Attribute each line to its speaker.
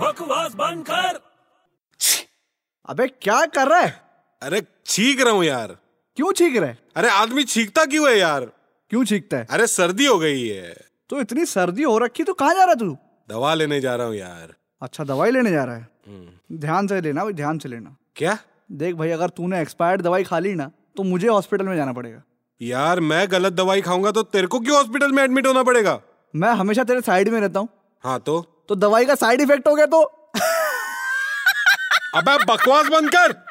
Speaker 1: बकवास बंद कर
Speaker 2: अबे क्या कर रहा है
Speaker 3: अरे छींक रहा हूँ यार
Speaker 2: क्यों छींक रहा है
Speaker 3: अरे आदमी छींकता क्यों है यार
Speaker 2: क्यों छींकता है
Speaker 3: अरे सर्दी हो गई है
Speaker 2: तो इतनी सर्दी हो रखी तो कहाँ जा रहा तू
Speaker 3: दवा लेने जा रहा हूँ यार
Speaker 2: अच्छा दवाई लेने जा रहा है ध्यान से लेना भाई ध्यान से लेना
Speaker 3: क्या
Speaker 2: देख भाई अगर तूने एक्सपायर्ड दवाई खा ली ना तो मुझे हॉस्पिटल में जाना पड़ेगा
Speaker 3: यार मैं गलत दवाई खाऊंगा तो तेरे को क्यों हॉस्पिटल में एडमिट होना पड़ेगा
Speaker 2: मैं हमेशा तेरे साइड में रहता हूँ
Speaker 3: हाँ तो
Speaker 2: तो दवाई का साइड इफेक्ट हो गया तो
Speaker 3: अबे बकवास बंद कर